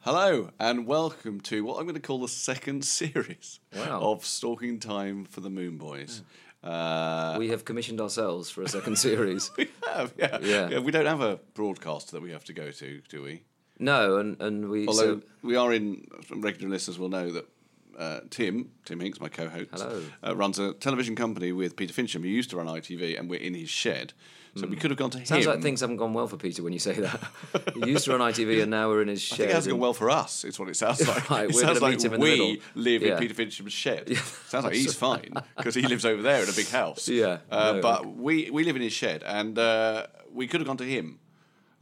Hello and welcome to what I'm going to call the second series of Stalking Time for the Moon Boys. Uh, We have commissioned ourselves for a second series. we have, yeah. Yeah. We don't have a broadcast that we have to go to, do we? No, and and we Although so, we are in, regular listeners will know that uh, Tim, Tim Hinks, my co-host, Hello. Uh, runs a television company with Peter Fincham, who used to run ITV, and we're in his shed. So we could have gone to Hmm. sounds him. like things haven't gone well for Peter when you say that. he used to run ITV and now we're in his shed. I think it has gone and- well for us. It's what it sounds like. Right, it we're sounds gonna like meet him in the we middle. live in Yeah. Peter Fincham's shed. sounds like he's fine because he lives over there in a big house. Yeah, Uh, no, but we we live in his shed, and uh, we could have gone to him.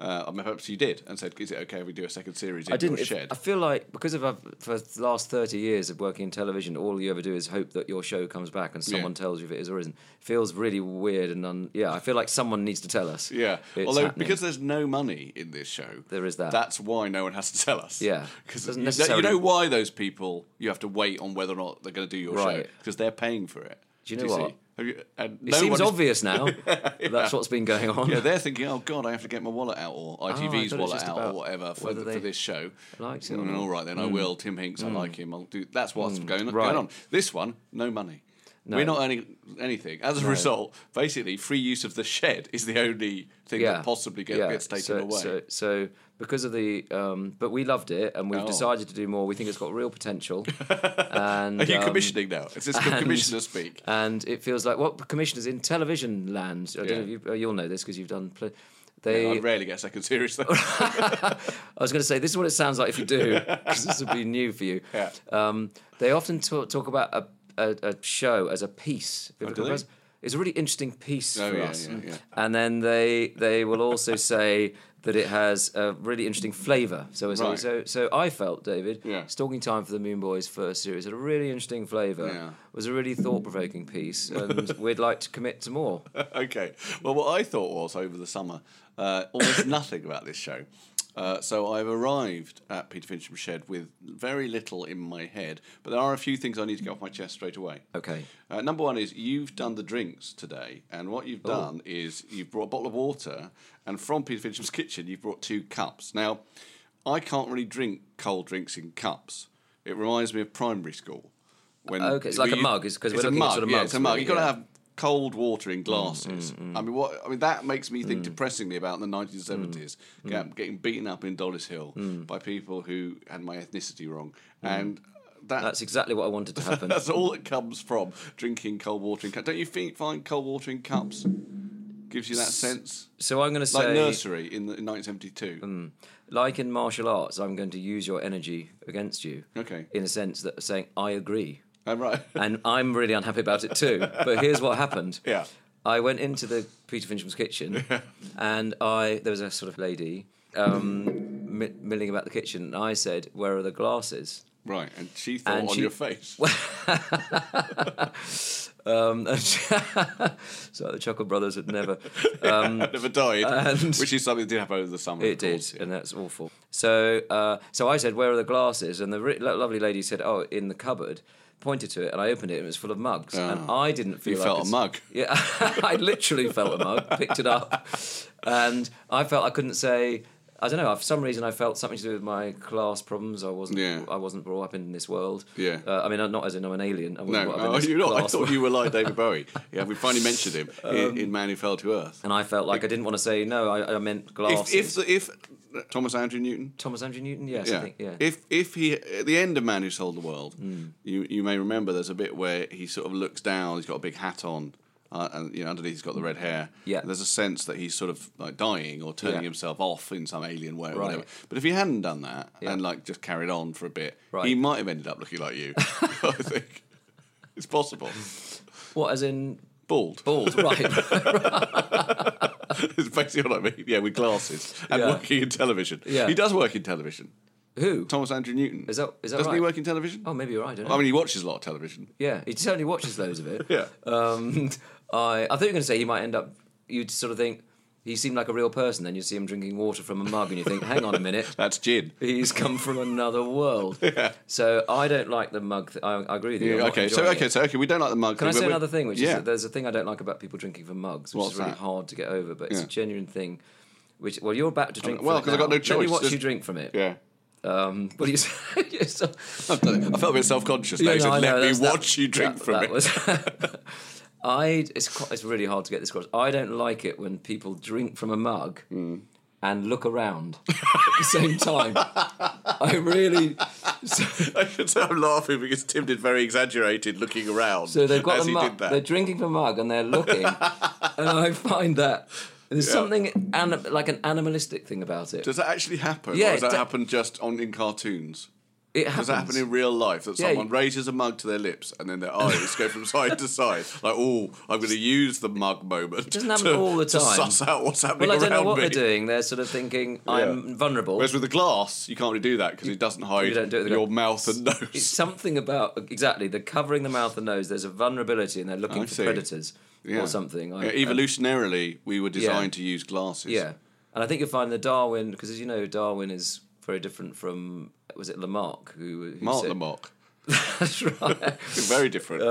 Uh, I mean, perhaps you did, and said, "Is it okay if we do a second series in I didn't. your if- shed?" I feel like because of our, for the last thirty years of working in television, all you ever do is hope that your show comes back and someone tells you if it is or isn't. Feels really weird and un, yeah. I feel like someone needs to tell us. Yeah. it's Although happening. because there's no money in this show, There is that. That's why no one has to tell us. Yeah. Because Doesn't you, necessarily- know why those people you have to wait on whether or not they're going to do your show Right. because they're paying for it. Do you know what? see? Have you- and it no one seems is- obvious now. That's what's been going on. Yeah, they're thinking, oh god, I have to get my wallet out or ITV's Oh, thought it was wallet just out or about whatever for, whether the, for they this show. liked it or Mm, not. Mm. all right, then I will. Tim Hinks, I like him. I'll do. That's what's going, on- right. going on. This one, no money. We're not earning anything. As a result, basically, free use of the shed is the only thing that possibly get, yeah. gets taken so, away. So, so because of the, um, but we loved it, and we've Oh. decided to do more. We think it's got real potential. and Are you um, commissioning now? Is this and- commissioner speak? And it feels like what commissioners in television land. I don't know if Yeah. you, uh, you'll know this because you've done. Pl- they. I rarely get a second series though. I was going to say this is what it sounds like if you do, because this will be new for you. Yeah. Um, they often talk, talk about a, a, a show as a piece. They Oh, do talk they? about- It's a really interesting piece Oh, for yeah, us. Mm. yeah, yeah. And then they they will also say that it has a really interesting flavour. So so, Right. so so I felt David Yeah. stalking time for the Moon Boys first series had a really interesting flavour. Yeah. Was a really thought provoking piece, and we'd like to commit to more. okay. Well, what I thought was over the summer, uh, almost nothing about this show. Uh, so I've arrived at Peter Fincham's shed with very little in my head, but there are a few things I need to get off my chest straight away. Okay. Uh, number one is you've done the drinks today, and what Oh. you've done is you've brought a bottle of water, and from Peter Fincham's kitchen, you've brought two cups. Now, I can't really drink cold drinks in cups. It reminds me of primary school. When Okay, it's like a we- mug, it's 'cause we're it's a looking at mug, sort of yeah, mugs, it's a mug. really, You've got to yeah. Mm, have cold water in glasses. I mean, what? I mean, that makes me think depressingly about the 1970s, Mm, yeah, getting beaten up in Dollis Hill by people who had my ethnicity wrong, and that, Mm. That's exactly what I wanted to happen. that's all that comes from drinking cold water in cups. Don't you think, find cold water in cups gives you that sense? so I'm going to say Mm. Like nursery in, the, in 1972. like in martial arts, I'm going to use your energy against you. Okay. In a sense that saying, I agree. Oh, right. And I'm really unhappy about it too. But here's what happened. Yeah. I went into the Peter Fincham's kitchen and I there was a sort of lady um, mi- milling about the kitchen and I said, Where are the glasses? right. And she thought And on she- your face. Um, and so the Chuckle Brothers had never. Um, never died. which is something that did happen over the summer. It did, and that's awful. So, uh, so I said, "Where are the glasses?" And the re- lo- lovely lady said, "Oh, in the cupboard." Pointed to it, and I opened it, and it was full of mugs. And I didn't feel Ah. You I felt could- a mug. Yeah, I literally felt a mug. Picked it up, and I felt I couldn't say. I don't know. For some reason, I felt something to do with my class problems. I wasn't. Yeah. I wasn't brought up in this world. Yeah. Uh, I mean, I'm not as in I'm an alien. I wasn't No, brought up in oh, this you're not. I class thought world. you were like David Bowie. Yeah, we finally Um, mentioned him in, in Man Who Fell to Earth. And I felt like I didn't want to say no. I, I meant glasses. If if, the, if Thomas Andrew Newton. Thomas Andrew Newton, yes, I think, yeah. Hmm. If if he at the end of Man Who Sold the World, you you may remember there's a bit where he sort of looks down. He's got a big hat on, uh, and you know underneath he's got the red hair. Yeah. There's a sense that he's sort of like dying or turning Yeah. himself off in some alien way or Right. whatever. But if he hadn't done that and like just carried on for a bit, Right. he might have ended up looking like you. I think it's possible. What, as in Bald. bald? Right. It's basically what I mean. Yeah, with glasses and Yeah. working in television. Yeah. He does work in television. Who? Thomas Andrew Newton. Is that- is that Doesn't he right? work in television? Oh, maybe you're right. I don't know. I mean, he watches a lot of television. yeah, he certainly watches loads of it. Yeah. Um, I, I thought you were going to say he might end up. You'd sort of think he seemed like a real person. Then you see him drinking water from a mug, and you think, "Hang on a minute, That's gin. he's come from another world." So I don't like the mug. Th- I, I agree with you. I'm Yeah, not okay, so enjoying okay, it. so okay, we don't like the mug. Can I thing, say but we- another thing? Which yeah. is that there's a thing I don't like about people drinking from mugs, which What's is really that? hard to get over. But it's Yeah. genuine thing. Which well, you're about to drink. well, because 'cause I've got no Let me choice. watch There's- you drink from it. yeah. Um, what do you say? You're so- I've done it. I felt a bit self conscious. Yeah, Yeah, no, I said, know, Let me that's- that- watch you drink that- from that it. was- I it's quite, it's really hard to get this across. I don't like it when people drink from a mug Hmm. and look around at the same time. I really I should say I'm laughing because Tim did very exaggerated looking around. so they've got as the he mug. did that. They're drinking from a mug and they're looking, and I find that there's something anim- like an animalistic thing about it. Does that actually happen? Yeah, or does it that do- happen just on in cartoons? it Does happens. that happen in real life that Yeah, someone you- raises a mug to their lips and then their eyes go from side to side? Like, oh, I'm going to use the mug moment. It doesn't happen all the To time. suss out what's happening well, I don't know around what me. they're doing. They're sort of thinking, "I'm vulnerable." Whereas with the glass, you can't really do that because it doesn't hide You don't do it with a your glass. mouth and nose. It's something about exactly the covering the mouth and nose. There's a vulnerability, and they're looking I for see. predators Yeah. or something. I- Yeah, evolutionarily, we were designed Yeah. to use glasses. yeah, and I think you'll find the Darwin because, as you know, Darwin is very different from was it Lamarck who, who Mark said- the mock. That's right. Um, Very different.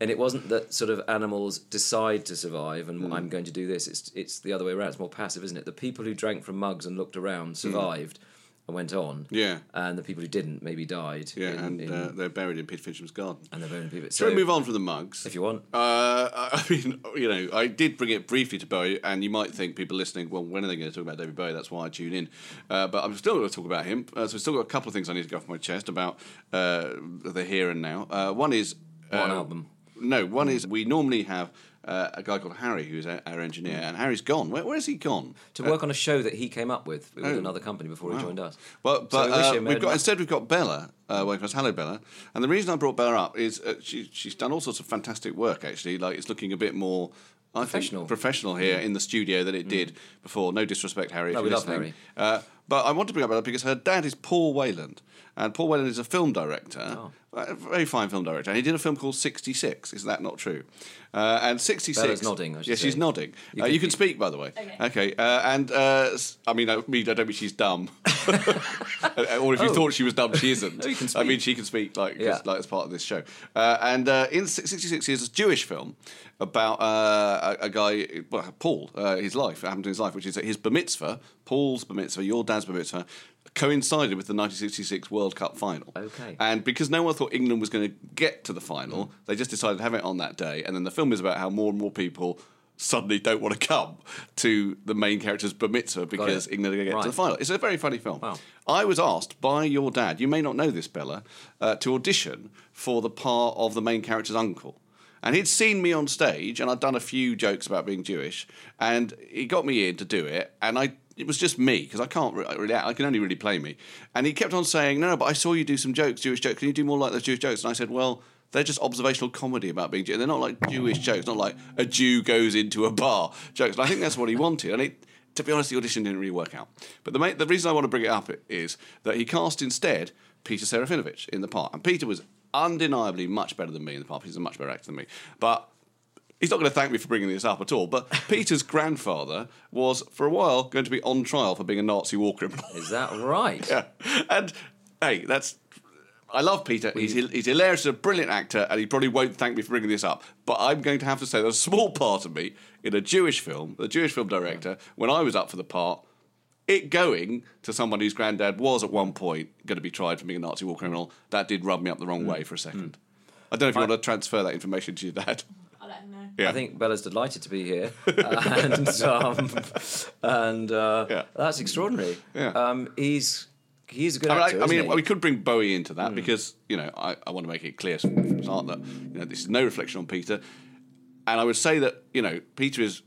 and it wasn't that sort of animals decide to survive and Hmm. I'm going to do this. It's it's the other way around. It's more passive, isn't it? The people who drank from mugs and looked around survived and went on. Hmm. Yeah. and the people who didn't maybe died. yeah, in- and in- uh, they're buried in Peter Fisham's garden. and they're very people. Shall we move on from the mugs? if you want. Uh, I I mean, you know, I did bring it briefly to Bowie, and you might think people listening, well, when are they going to talk about David Bowie? That's why I tune in. Uh, but I'm still going to talk about him. Uh, so I've still got a couple of things I need to get off my chest about uh, the here and now. Uh, one is. Uh, One album. No, one is we normally have uh, a guy called Harry, who's our, our engineer, and Harry's gone. Where, where has he gone? to work on a show that he came up with with another company before he joined us. oh, Well, but we wish uh, him we've a- got instead we've got Bella uh, working for us. Hello, Bella. And the reason I brought Bella up is uh, she, she's done all sorts of fantastic work. Actually, like it's looking a bit more. I Professional. Mm. Think professional here in the studio than it did before. No disrespect, Harry. No, if we you're love listening. Harry. Uh, but I want to bring up Bella because her dad is Paul Wayland, and Paul Wayland is a film director, Oh. a very fine film director. And he did a film called Sixty Six. Is that not true? Uh, and Sixty Six. Bella's nodding, I should Yeah, she's say. nodding. You can, uh, you can speak, by the way. Okay. Uh, and uh, s- I mean, I mean, I don't mean she's dumb. Uh, or if you thought she was dumb, she isn't. Oh. No, you can I mean, she can speak like, 'cause, Yeah. like as part of this show. Uh, and uh, in Si- 66 years, a Jewish film about uh, a, a guy, well, Paul, uh, his life, what happened to his life, which is that his bar mitzvah, Paul's bar mitzvah, your dad's bar mitzvah, coincided with the 1966 World Cup final. Okay. Mm. And because no one thought England was going to get to the final, they just decided to have it on that day. And then the film is about how more and more people suddenly don't want to come to the main character's bar mitzvah because England are going to get to Right. the final final. It's a very funny film. I was asked by your dad, you may not know this, Bella, uh, to audition for the part of the main character's uncle. And he'd seen me on stage, and I'd done a few jokes about being Jewish, and he got me in to do it, and I. It was just me because I can't re- really. act. I can only really play me, and he kept on saying, "No, no, but I saw you do some jokes, Jewish jokes. Can you do more like those Jewish jokes?" And I said, "Well, they're just observational comedy about being Jewish. They're not like Jewish jokes. Not like a Jew goes into a bar jokes." And I think that's what he wanted, and it to be honest, the audition didn't really work out. But the, main, the reason I want to bring it up is that he cast instead Peter Serafinovich in the part. And Peter was undeniably much better than me in the part. He's a much better actor than me. But he's not going to thank me for bringing this up at all. But Peter's grandfather was, for a while, going to be on trial for being a Nazi war criminal. Is that right? Yeah. And hey, that's. I love Peter. He's, he's hilarious, a brilliant actor, and he probably won't thank me for bringing this up. But I'm going to have to say that a small part of me in a Jewish film, the Jewish film director, when I was up for the part, it going to someone whose granddad was at one point going to be tried for being a Nazi war criminal, that did rub me up the wrong way for a second. I don't know if you want to transfer that information to your dad. I'll let him know. Yeah. I think Bella's delighted to be here, and um, and uh, Yeah. that's extraordinary. Yeah. Um, he's he's a good I mean, actor. I, I isn't mean, he? Hmm. we could bring Bowie into that because you know I, I want to make it clear from the start that you know this is no reflection on Peter, and I would say that you know Peter is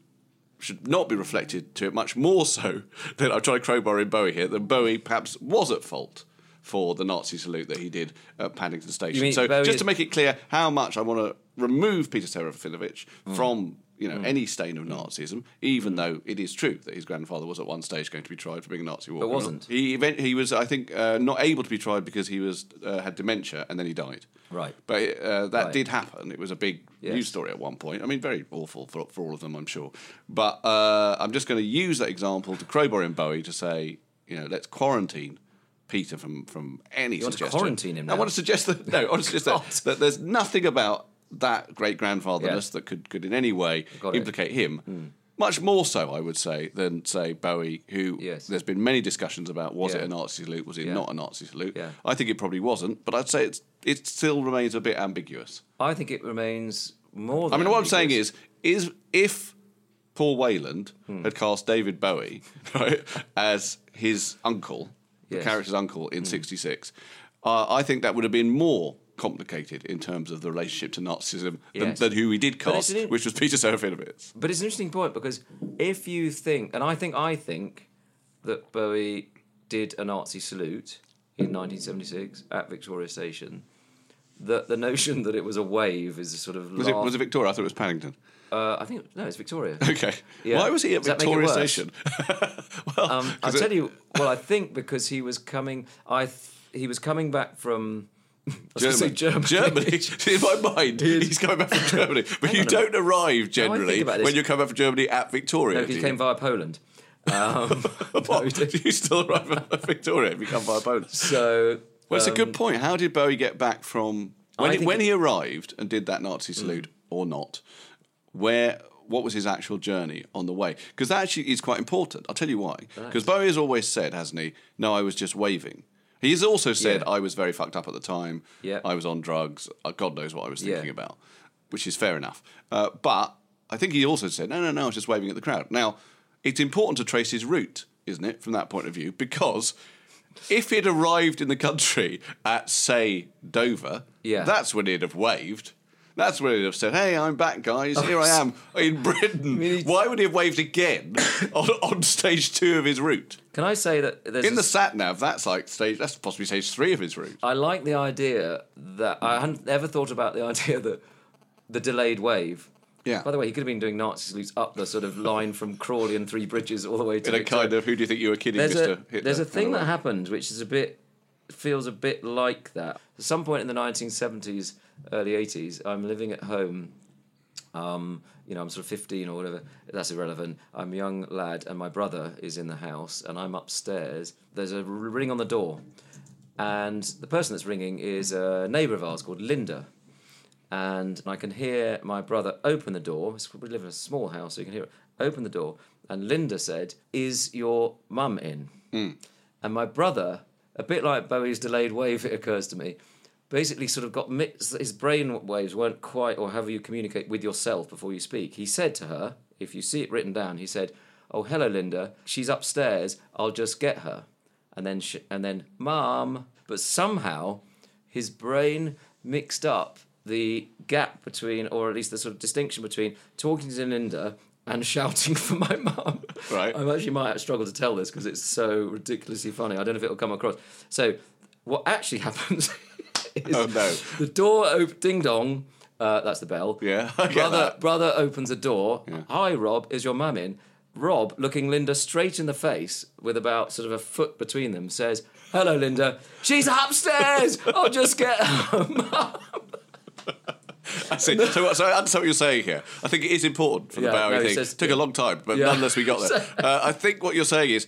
should not be reflected to it much more so than I'm trying to crowbar in Bowie here than Bowie perhaps was at fault for the Nazi salute that he did at Paddington Station. mean so Bowie just is- to make it clear how much I want to remove Peter Serafinovich Hmm. from you know any stain of Nazism, even though it is true that his grandfather was at one stage going to be tried for being a Nazi war. But criminal. wasn't. He event- he was I think uh, not able to be tried because he was uh, had dementia and then he died. Right. But uh, that Right. did happen. It was a big Yes. news story at one point. I mean, very awful for, for all of them, I'm sure. But uh, I'm just going to use that example to crowbar in Bowie to say, you know, let's quarantine Peter from from any want to suggestion. quarantine him I want now? to suggest that no, I want to suggest that, that there's nothing about that great grandfatherness Yes. that could could in any way Got it. Hmm. implicate him. Much more so, I would say, than say Bowie, who Yes. there's been many discussions about was it Yeah. a Nazi salute, was it not a Nazi salute? Yeah. I think it probably wasn't, but I'd say it's it still remains a bit ambiguous. I think it remains more. I Than mean, what I'm saying ambiguous. Hmm. is, is if Paul Wayland had cast David Bowie right, as his uncle, the Yes. Hmm. character's uncle in '66, uh, I think that would have been more complicated in terms of the relationship to Nazism than, Yes. than who he did But cast, isn't it- which was Peter Serafinovich. But it's an interesting point because if you think, and I think I think that Bowie did a Nazi salute in 1976 at Victoria Station, that the notion that it was a wave is a sort of Was it, laugh- was it Victoria? I thought it was Paddington. uh, I think no, it's Victoria. Okay. Yeah. Why was he at Does that make it Victoria worse? Station? well, Um, I'll 'cause it- tell you. Well, I think because he was coming, I th- he was coming back from. I was gonna say Germany. Germany. In my mind, he's coming back from Germany. But you don't arrive generally about this. when you come back from Germany at Victoria. No, do he you? came via Poland. Um, What? Do you still arrive at Victoria if you come by boat? so Well, it's a good point. How did Bowie get back from when, Um, I he, think when it- Mm. he arrived and did that Nazi salute or not? Where what was his actual journey on the way? Because that actually is quite important. I'll tell you why. Because Bowie has always said, hasn't he? No, I was just waving. He's also said Yeah. I was very fucked up at the time. Yeah. I was on drugs. Uh, God knows what I was Yeah. thinking about, which is fair enough. Uh, but I think he also said, no, no, no, I was just waving at the crowd. Now, it's important to trace his route, isn't it, from that point of view? Because if he'd arrived in the country at, say, Dover, Yeah. that's when he'd have waved. That's when he'd have said, hey, I'm back, guys. Here I am in Britain. Why would he have waved again on, on stage two of his route? can I say that there's In a the sat nav, that's like stage, that's possibly stage three of his route. I like the idea that I hadn't ever thought about the idea that the delayed wave. Yeah. By the way, he could have been doing Nazi salutes up the sort of line from Crawley and Three Bridges all the way to In a Victoria. kind of, who do you think you were kidding, There's Mr. a Hitler? there's a thing kind of that way. happened which is a bit feels a bit like that. At some point in the 1970s, early 80s, I'm living at home. Um, you know, I'm sort of 15 or whatever. That's irrelevant. I'm a young lad, and my brother is in the house, and I'm upstairs. There's a ring on the door, and the person that's ringing is a neighbour of ours called Linda and I can hear my brother open the door. It's- We live in a small house, so you can hear it. Open the door, and Linda said, "Is your mum in?" And my brother, a bit like Bowie's delayed wave, it occurs to me, basically sort of got mixed. His brain waves weren't quite, or however you communicate with yourself before you speak. He said to her, "If you see it written down," he said, "Oh, hello, Linda. She's upstairs. I'll just get her." And then, sh- and then, mum. But somehow, his brain mixed up the gap between, or at least the sort of distinction between talking to Linda and shouting for my mum. Right. I actually might struggle to tell this because it's so ridiculously funny. I don't know if it'll come across. So, what actually happens is Oh, no. the door op- ding dong. Uh, that's the bell. Yeah, I get brother, that. brother opens the door. Hi, Rob. Is your mum in? Rob, looking Linda straight in the face with about sort of a foot between them, says, "Hello, Linda. She's upstairs. I'll just get her." mum." I see. So, what- so I understand what you're saying here. I think it is important for the Yeah, Bowie no, he thing. says- Took a long time, but Yeah. nonetheless, we got there. uh, I think what you're saying is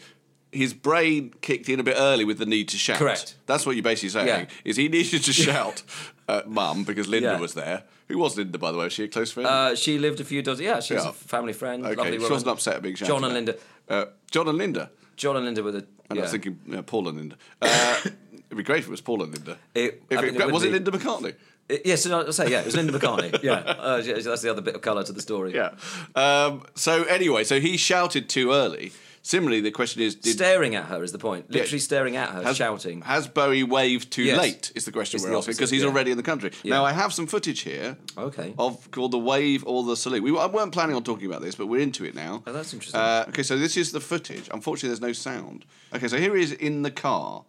his brain kicked in a bit early with the need to shout. Correct. That's what you're basically saying. Yeah. Is he needed to shout at mum because Linda Yeah. was there? Who was Linda, by the way? Was she a close friend? Uh, she lived a few dozen. Yeah, she's Yeah. a family friend. okay, lovely she woman. wasn't upset at being shouted John and at. Linda. Uh, John and Linda. John and Linda were the. And I yeah. was thinking uh, Paul and Linda. Uh, It'd be great if it was Paul and Linda. It- if I it, mean, it would was it be- Linda McCartney? It- yes, no, I'll say yeah. It was Linda McCartney. yeah, uh, yeah, that's the other bit of colour to the story. Yeah. Um, so anyway, so he shouted too early. Similarly, the question is, did staring at her is the point. Literally staring at her, shouting. Has Bowie waved too Yes. late? Is the question It's we're the asking opposite, because he's yeah. already in the country. Now I have some footage here. Okay. Of called the wave or the salute. We weren't planning on talking about this, but we're into it now. Oh, that's interesting. Uh, okay, so this is the footage. Unfortunately, there's no sound. Okay, so here he is in the car.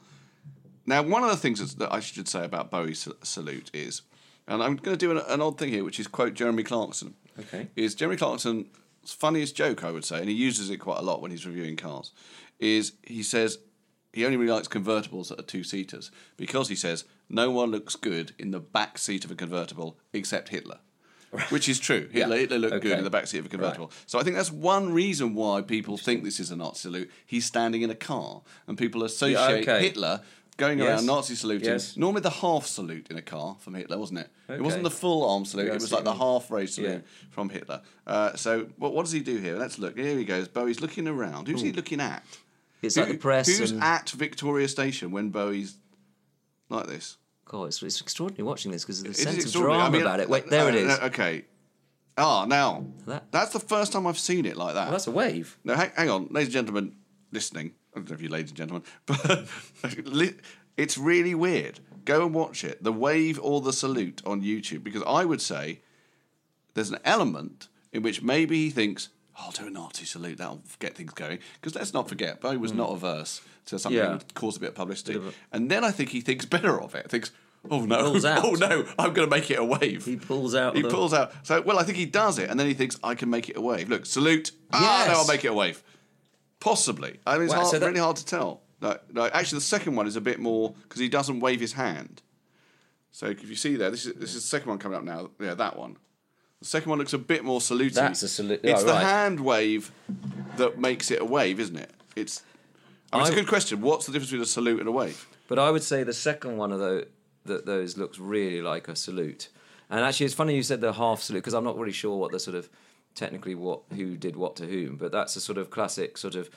Now, one of the things that's- that I should say about Bowie's sal- salute is, and I'm going to do an, an odd thing here, which is quote Jeremy Clarkson. Okay. Is Jeremy Clarkson's funniest joke, I would say, and he uses it quite a lot when he's reviewing cars, is he says he only really likes convertibles that are two seaters because he says no one looks good in the back seat of a convertible except Hitler. Which is true. Hitler, Hitler looked good in Okay. the back seat of a convertible. So I think that's one reason why people think this is a Nazi salute. He's standing in a car, and people associate okay. Hitler going Yes. around Nazi saluting. Yes. Normally the half salute in a car from Hitler, wasn't it? It wasn't Okay. the full arm salute. Yeah, I it was see like the what you half raised salute Yeah. from Hitler. Uh, so what, what does he do here? Let's look. Here he goes. Bowie's looking around. Who's he looking at? It's like the press Who's and- at Victoria Station when Bowie's like this? God, it's, it's extraordinary watching this because of the It is sense of extraordinary. drama I mean, about it. Wait, there it uh, is. uh, Okay. Ah, now That- that's the first time I've seen it like that. Well, that's a wave. No, hang, hang on, ladies and gentlemen, listening. I don't know if you, ladies and gentlemen, but li- it's really weird. Go and watch it, the wave or the salute on YouTube, because I would say there's an element in which maybe he thinks, "Oh, I'll do a Nazi salute, that'll get things going. Because let's not forget, Bowie was not averse to something Hmm. Yeah. that would cause a bit of publicity. And then I think he thinks better of it, thinks, oh no, Pulls out. oh no, I'm going to make it a wave. He pulls out He the- pulls out. So, well, I think he does it, and then he thinks, I can make it a wave. Look, salute. Ah, no, Yes. I'll make it a wave. Possibly. I mean, it's Wow, hard, so that- really hard to tell. No, no, actually, the second one is a bit more because he doesn't wave his hand. So if you see there, this is this is the second one coming up now. Yeah, that one. The second one looks a bit more saluting. That's a salu- It's oh, the right. hand wave that makes it a wave, isn't it? It's. I mean, it's a I- good question. What's the difference between a salute and a wave? But I would say the second one of those, that those looks really like a salute. And actually, it's funny you said the half salute because I'm not really sure what the sort of technically what who did what to whom, but that's a sort of classic sort of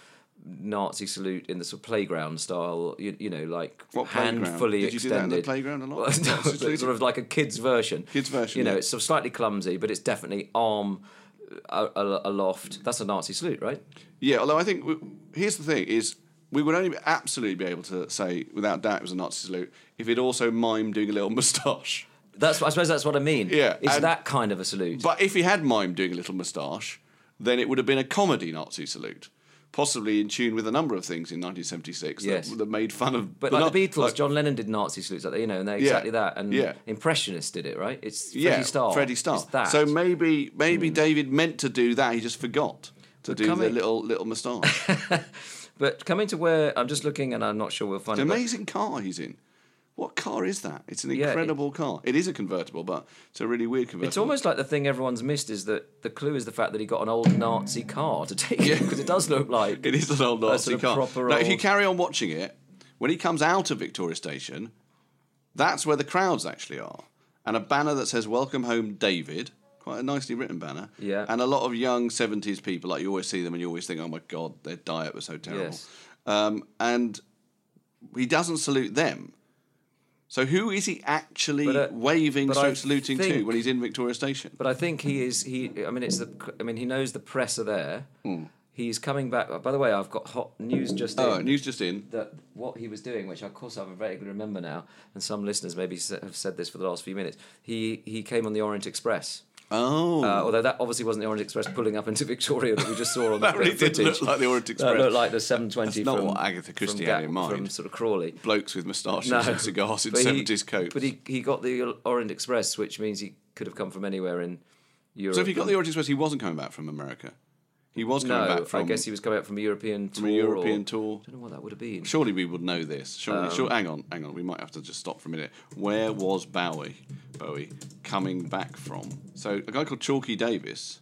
Nazi salute in the sort of playground style. You, you know, like What hand playground? fully Did you do that in extended. the playground a lot? Well, Nazi no, but salute? sort of like a kid's version. Kids' version, You know, yeah. it's sort of slightly clumsy, but it's definitely arm uh, a- a- aloft. That's a Nazi salute, right? Yeah, although I think we, here's the thing: is we would only be- absolutely be able to say without doubt it was a Nazi salute if it also mimed doing a little moustache. That's I suppose that's what I mean. Yeah, it's and- that kind of a salute. But if he had mimed doing a little moustache, then it would have been a comedy Nazi salute, possibly in tune with a number of things in 1976 Yes. that, that made fun of. But the like the Na- Beatles, John Lennon did Nazi salutes like that, you know, and they're exactly that. And yeah. Impressionists did it, right? It's Freddie yeah, Starr. Freddie Starr. It's that. Hmm. So maybe maybe David meant to do that. He just forgot to do the coming- little little moustache. but coming to where I'm just looking, and I'm not sure we'll find it. An but- amazing car he's in. What car is that? It's an Yeah, it- incredible car. It is a convertible, but it's a really weird convertible. It's almost like the thing everyone's missed is that the clue is the fact that he got an old Nazi car to take Yeah. because it does look like It is an old a Nazi sort of car. proper Now, if you old- carry on watching it, when he comes out of Victoria Station, that's where the crowds actually are, and a banner that says "Welcome Home, David." Quite a nicely written banner. Yeah. And a lot of young seventies people, like you always see them, and you always think, "Oh my God, their diet was so terrible." Yes. Um, and he doesn't salute them. So who is he actually But, uh, waving, but stroke I saluting to think- when he's in Victoria Station? But I think he is. He. I mean, it's the. I mean, he knows the press are there. He's coming back. By the way, I've got hot news just. Hmm. oh, in. news just in. that what he was doing, which of course I vaguely remember now, and some listeners maybe s- have said this for the last few minutes. He he came on the Orient Express. Oh. Uh, although that obviously wasn't the Orient Express pulling up into Victoria that we just saw on That the really did footage. look like the Orient Express. That looked like the 720 That's not from what Agatha Christie from had Gat- in mind. from sort of Crawley. blokes with moustaches No. and cigars in But he- 70s coats. But he, he got the Orient Express, which means he could have come from anywhere in Europe. so if he got the Orient Express, he wasn't coming back from America. He was coming no, back I from. guess he was coming out from a European from a tour. European or, tour. I don't know what that would have been. Surely we would know this. Surely, Um, sure, hang on, hang on. We might have to just stop for a minute. Where was Bowie? Bowie coming back from? So a guy called Chalky Davis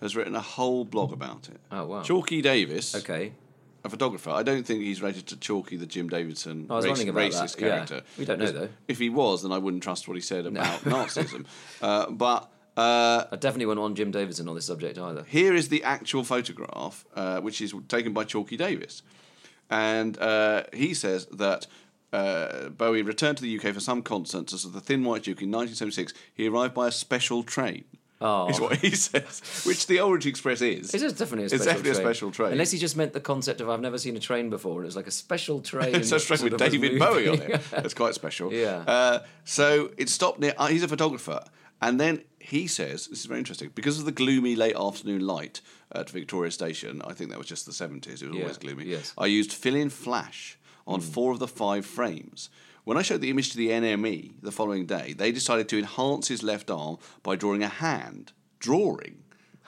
has written a whole blog about it. Oh, wow. Chalky Davis, Okay. a photographer. I don't think he's related to Chalky, the Jim Davidson I was raci- wondering about racist that, yeah. character. We don't know, though. If he was, then I wouldn't trust what he said about Nazism. Uh, but. Uh, I definitely wouldn't want Jim Davidson on this subject either. here is the actual photograph, uh, which is taken by Chalky Davis. And uh, he says that uh, Bowie returned to the UK for some concerts as the Thin White Duke in 1976. He arrived by a special train. Oh. Is what he says, which the Orange Express is. It is definitely a It's special definitely a train. special train. Unless he just meant the concept of I've never seen a train before. and It was like a special train. It's a train sort with of was David Bowie on moving. it. That's quite special. Yeah. Uh, so it stopped near. Uh, he's a photographer, and then he says, "This is very interesting because of the gloomy late afternoon light at Victoria Station. I think that was just the seventies. It was Yeah, always gloomy. yes. Hmm. I used fill-in flash on four of the five frames." When I showed the image to the NME the following day, they decided to enhance his left arm by drawing a hand, drawing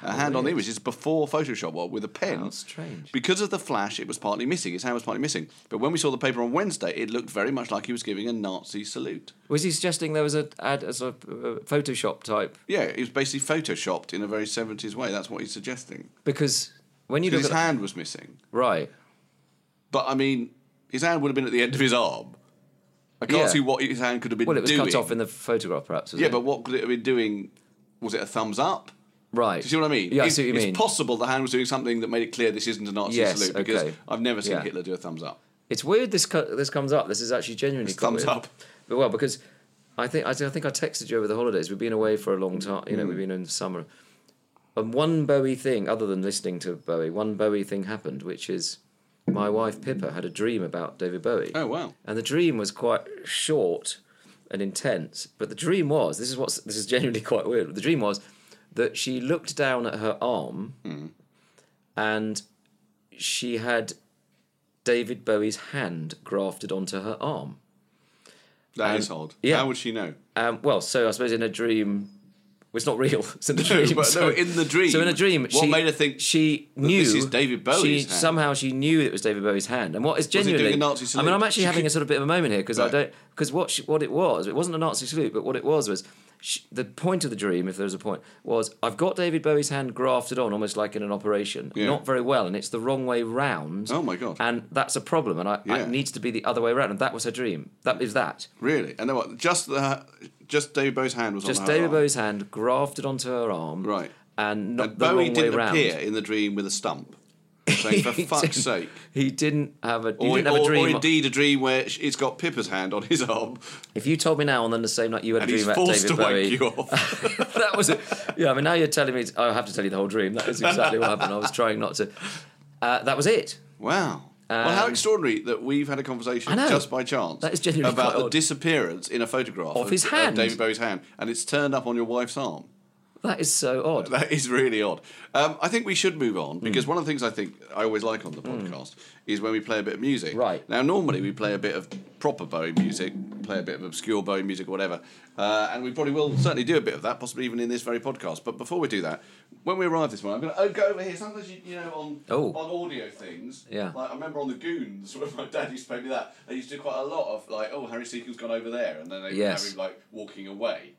a hand on the image. It's before Photoshop, well, with a pen. How strange. Because of the flash, it was partly missing. His hand was partly missing. But when we saw the paper on Wednesday, it looked very much like he was giving a Nazi salute. Was he suggesting there was a ad a sort of uh, Photoshop type? Yeah, it was basically photoshopped in a very 70s way. That's what he's suggesting. Because when you 'Cause look his at hand was missing. right, But I mean, his hand would have been at the end of his arm. I can't Yeah. see what his hand could have been well, it was doing. cut off in the photograph, perhaps. Was yeah, it? but what could it have been doing? Was it a thumbs up? right. Do you see what I mean? Yeah, I It's- see what you it's mean. possible the hand was doing something that made it clear this isn't a Nazi Yes, salute because okay. I've never seen Yeah. Hitler do a thumbs up. It's weird this co- this comes up. This is actually genuinely It's quite thumbs weird. up. But well, because I think I, thi- I think I texted you over the holidays. We've been away for a long time. You know, we've Mm. been in summer. And one Bowie thing, other than listening to Bowie, one Bowie thing happened, which is my wife Pippa had a dream about David Bowie. Oh, wow. And the dream was quite short and intense. But the dream was this is what's this is genuinely quite weird. The dream was that she looked down at her arm Hmm. and she had David Bowie's hand grafted onto her arm. That is odd. yeah. How would she know? Um, well, so I suppose in a dream, well, it's not real. It's in a dream. but so, no, in the dream, So in a dream, what she, made her think she that knew this is David Bowie's She hand? somehow she knew it was David Bowie's hand. And what is doing genuinely? a I Nazi mean, salute? I'm actually She having could- a sort of bit of a moment here because I Right. don't because what she, what it was, it wasn't a Nazi salute, but what it was was. She, the point of the dream, if there's a point, was I've got David Bowie's hand grafted on, almost like in an operation, Yeah. not very well, and it's the wrong way round. Oh, my God. And that's a problem, and I, I- Yeah. it needs to be the other way round. And that was her dream. That is that. Really? And then what? Just the just David Bowie's hand was Just on her David arm. Bowie's hand grafted onto her arm. Right. And not the And Bowie wrong didn't way round. appear in the dream with a stump. Saying, for He fuck's didn't- sake. He didn't have a, he Or, didn't have or- a or dream. indeed a dream where sh- it's got Pippa's hand on his arm If you told me now and then the same night you had and a dream he's about forced David to Bowie. wake you off. that was it. Yeah, I mean, now you're telling me. it's- I have to tell you the whole dream. That is exactly what happened. I was trying not to. Uh, that was it. wow. well, how extraordinary that we've had a conversation Um, I know. just by chance That is genuinely about quite the odd. disappearance in a photograph Of his hand. David Bowie's hand, and it's turned up on your wife's arm. That is so odd. Mm. That is really odd. Um, I think we should move on because one of the things I think I always like on the podcast is when we play a bit of music. Right. Now, normally we play a bit of proper Bowie music, play a bit of obscure Bowie music or whatever, uh, and we probably will certainly do a bit of that, possibly even in this very podcast. But before we do that, when we arrive this morning, I'm going to go over here. Sometimes, you, you know, on, Oh. on audio things, Yeah. like I remember on The Goons, when my dad used to play me that, they used to do quite a lot of, like, oh, Harry Seacomb's gone over there, and then they would Yes. have him, like, walking away.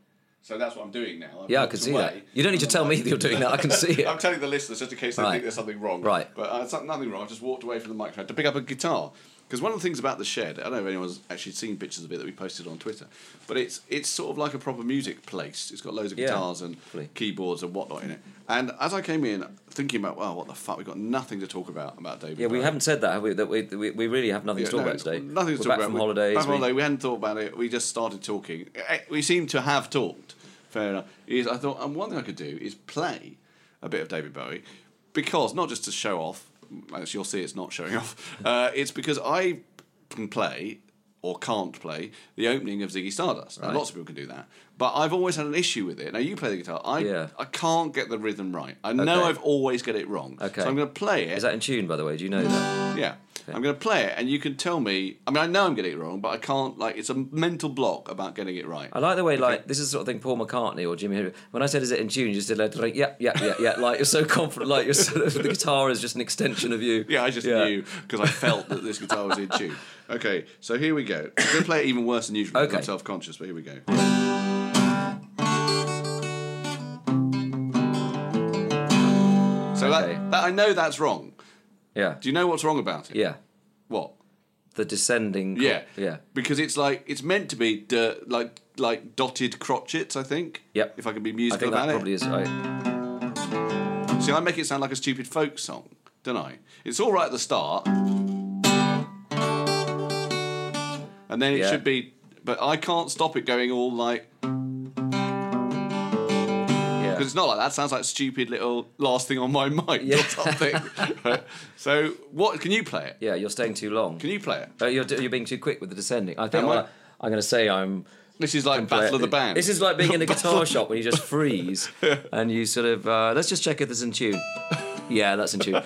So that's what I'm doing now. I've Yeah, I walked can see away. that. You don't need to tell me that you're doing that. I can see it. I'm telling the listeners just in case they Right. think there's something wrong. Right. But uh, it's not- nothing wrong. I've just walked away from the microphone to pick up a guitar. Because one of the things about the shed, I don't know if anyone's actually seen pictures of it that we posted on Twitter, but it's it's sort of like a proper music place. It's got loads of Yeah, guitars and hopefully. keyboards and whatnot in it. And as I came in, thinking about, well, what the fuck, we've got nothing to talk about about David. Yeah, we Bowie. haven't said that, have we? That we, that we, we really have nothing to Yeah, talk no, about today. Nothing to We're talk back about. From We- holidays. Back from we- holiday. We hadn't thought about it. We just started talking. Eh, We seem to have talked. Fair enough. Is I thought, and one thing I could do is play a bit of David Bowie, because not just to show off. As you'll see, it's not showing off. Uh, it's because I can play or can't play the opening of Ziggy Stardust. Now, lots of people can do that, but I've always had an issue with it. Now you play the guitar. I Yeah. I can't get the rhythm right. I know Okay. I've always get it wrong. Okay. So I'm going to play it. Is that in tune, by the way? Do you know that? Yeah. I'm going to play it, and you can tell me. I mean, I know I'm getting it wrong, but I can't. Like, it's a mental block about getting it right. I like the way, like, this is the sort of thing Paul McCartney or Jimmy. Hendrix. When I said, "Is it in tune?" You just did like, yeah, yeah, yeah, yeah. Like you're so confident, like you're sort of, the guitar is just an extension of you. yeah, I just Yeah. knew because I felt that this guitar was in tune. Okay, so here we go. I'm going to play it even worse than usual. 'cause I'm Okay. self-conscious, but here we go. So Okay. that, that I know that's wrong. Yeah, Do you know what's wrong about it? yeah. What? The descending. Yeah. yeah. Because it's like it's meant to be d- like like dotted crotchets. I think. Yep. If I can be I musical think about that it. probably is right. See, I make it sound like a stupid folk song, don't I? It's all right at the start. and then it Yeah. should be. But I can't stop it going all like Yeah. because it's not like that. sounds like stupid little last thing on my mic or something. Right. So what can you play it? Yeah, you're staying too long. Can you play it? Uh, you're, you're being too quick with the descending. I think Am I? I? am going to say I'm. uh, This is like Battle of the Bands. This is like being in a guitar shop when you just freeze and you sort of uh, let's just check if this is in tune. Yeah, that's in tune.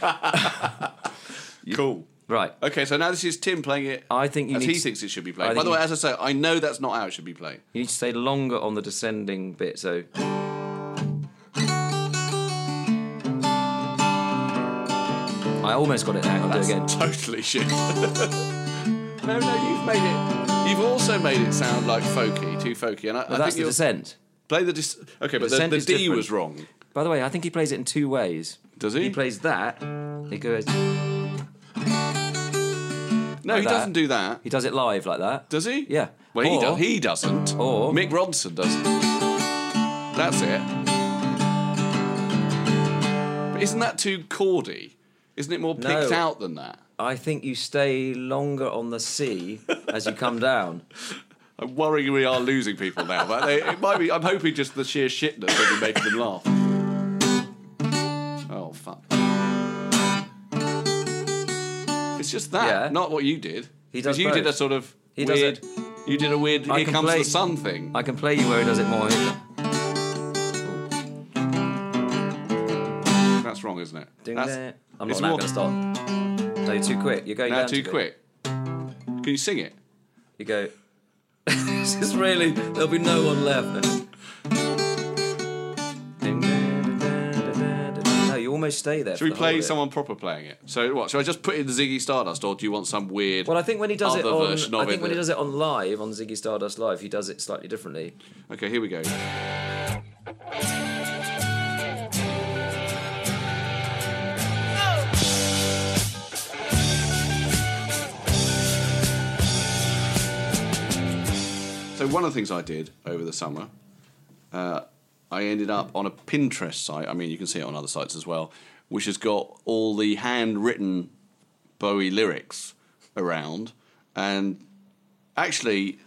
cool. Right. Okay, so now this is Tim playing it. I think you as need he to- thinks it should be I played. By think the way, you- as I say, I know that's not how it should be played. You need to stay longer on the descending bit. So I almost got it. Hang on, do it again. Totally shit. no, no, you've made it. You've also made it sound like folky, too folky. And I, I But that's think the you're- descent. Play the dis- okay, but the, descent the D is different. was wrong. By the way, I think he plays it in two ways. Does he? He plays that. He goes. No, like he that. doesn't do that. He does it live like that. Does he? Yeah. Well, he, Or- do- he doesn't. or- Mick Robinson doesn't. That's it. But isn't that too chordy? Isn't it more picked No. out than that? I think you stay longer on the C as you come down. I'm worrying we are losing people now, but they, it might be. I'm hoping just the sheer shitness will be making them laugh. Oh fuck! It's just that, Yeah. not what you did. He does 'Cause You did both. a sort of He does weird. it. You did a weird. I Here can comes play- the sun thing. I can play you where he does it more. Here. That's wrong, isn't it? Ding That's- dang. I'm not it's now more- going to stop. No, you're too quick. You're going Now down too bit. quick. Can you sing it? You go. this is really. There'll be no one left. No, you almost stay there. for Should we the whole play bit. someone proper playing it? So what? Should I just put in the Ziggy Stardust, or do you want some weird? Well, I think when he does it other on, version of I think it when he that- does it on live on Ziggy Stardust Live, he does it slightly differently. Okay, here we go. So one of the things I did over the summer, uh, I ended up on a Pinterest site. I mean, you can see it on other sites as well, which has got all the handwritten Bowie lyrics around, and actually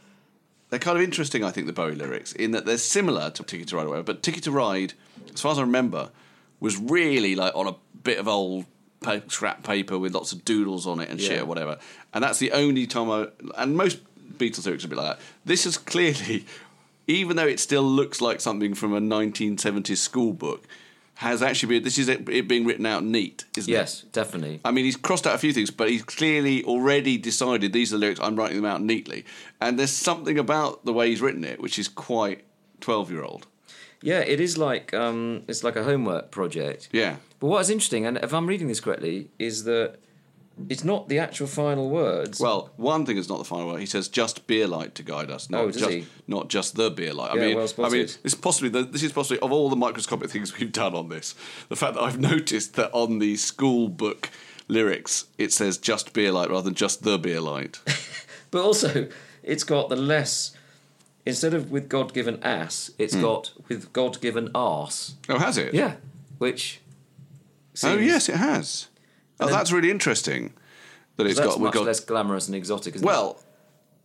they're kind of interesting, I think, the Bowie lyrics, in that they're similar to Ticket to Ride or whatever, but Ticket to Ride, as far as I remember, was really like on a bit of old pa- scrap paper with lots of doodles on it and shit Yeah. or whatever. And that's the only time I. And most Beatles lyrics are a bit like that. This is clearly, even though it still looks like something from a 1970s school book, has actually been. This is it, it being written out neat, isn't it? Yes, definitely. I mean, he's crossed out a few things, but he's clearly already decided these are the lyrics. I'm writing them out neatly, and there's something about the way he's written it which is quite twelve-year-old. Yeah, it is like um, it's like a homework project. Yeah, But what is interesting, and if I'm reading this correctly, is that it's not the actual final words. Well, one thing is not the final word. He says just beer light to guide us. Not Oh, does just, he? Not just the beer light. I Yeah, mean, well I spotted. mean, this is possibly the, this is possibly of all the microscopic things we've done on this, the fact that I've noticed that on the school book lyrics it says just beer light rather than just the beer light. but also it's got the less instead of with God-given ass, it's Hmm. got with God-given arse. oh, has it? Yeah, which Oh seems- yes, it has. Oh, that's really interesting. That it's that's got much we've got less glamorous and exotic. Isn't Well,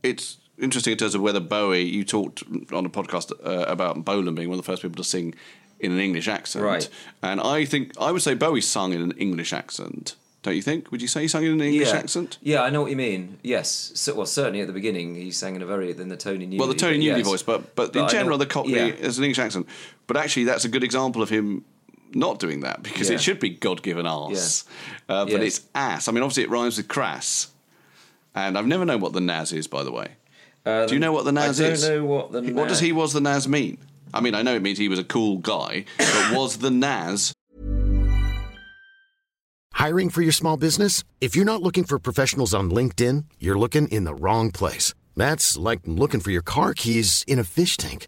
it's interesting in terms of whether Bowie. You talked on a podcast uh, about Bolan being one of the first people to sing in an English accent, Right. And I think I would say Bowie sung in an English accent. Don't you think? Would you say he sung in an it? English yeah. accent? Yeah, I know what you mean. Yes, so, well, certainly at the beginning he sang in a very in the Tony Newley. Well, the Tony but Newley yes. voice, but but, I in know- general, the Cockney yeah. is an English accent. But actually, that's a good example of him not doing that because Yeah. it should be God-given arse, uh, Yes. but it's ass. I mean, obviously, it rhymes with crass, and I've never known what the Naz is, by the way. Do you know what the Uh, I Naz don't is? know what the What does na- he was the Naz mean? I mean, I know it means he was a cool guy, but was the Naz Hiring for your small business? If you're not looking for professionals on LinkedIn, you're looking in the wrong place. That's like looking for your car keys in a fish tank.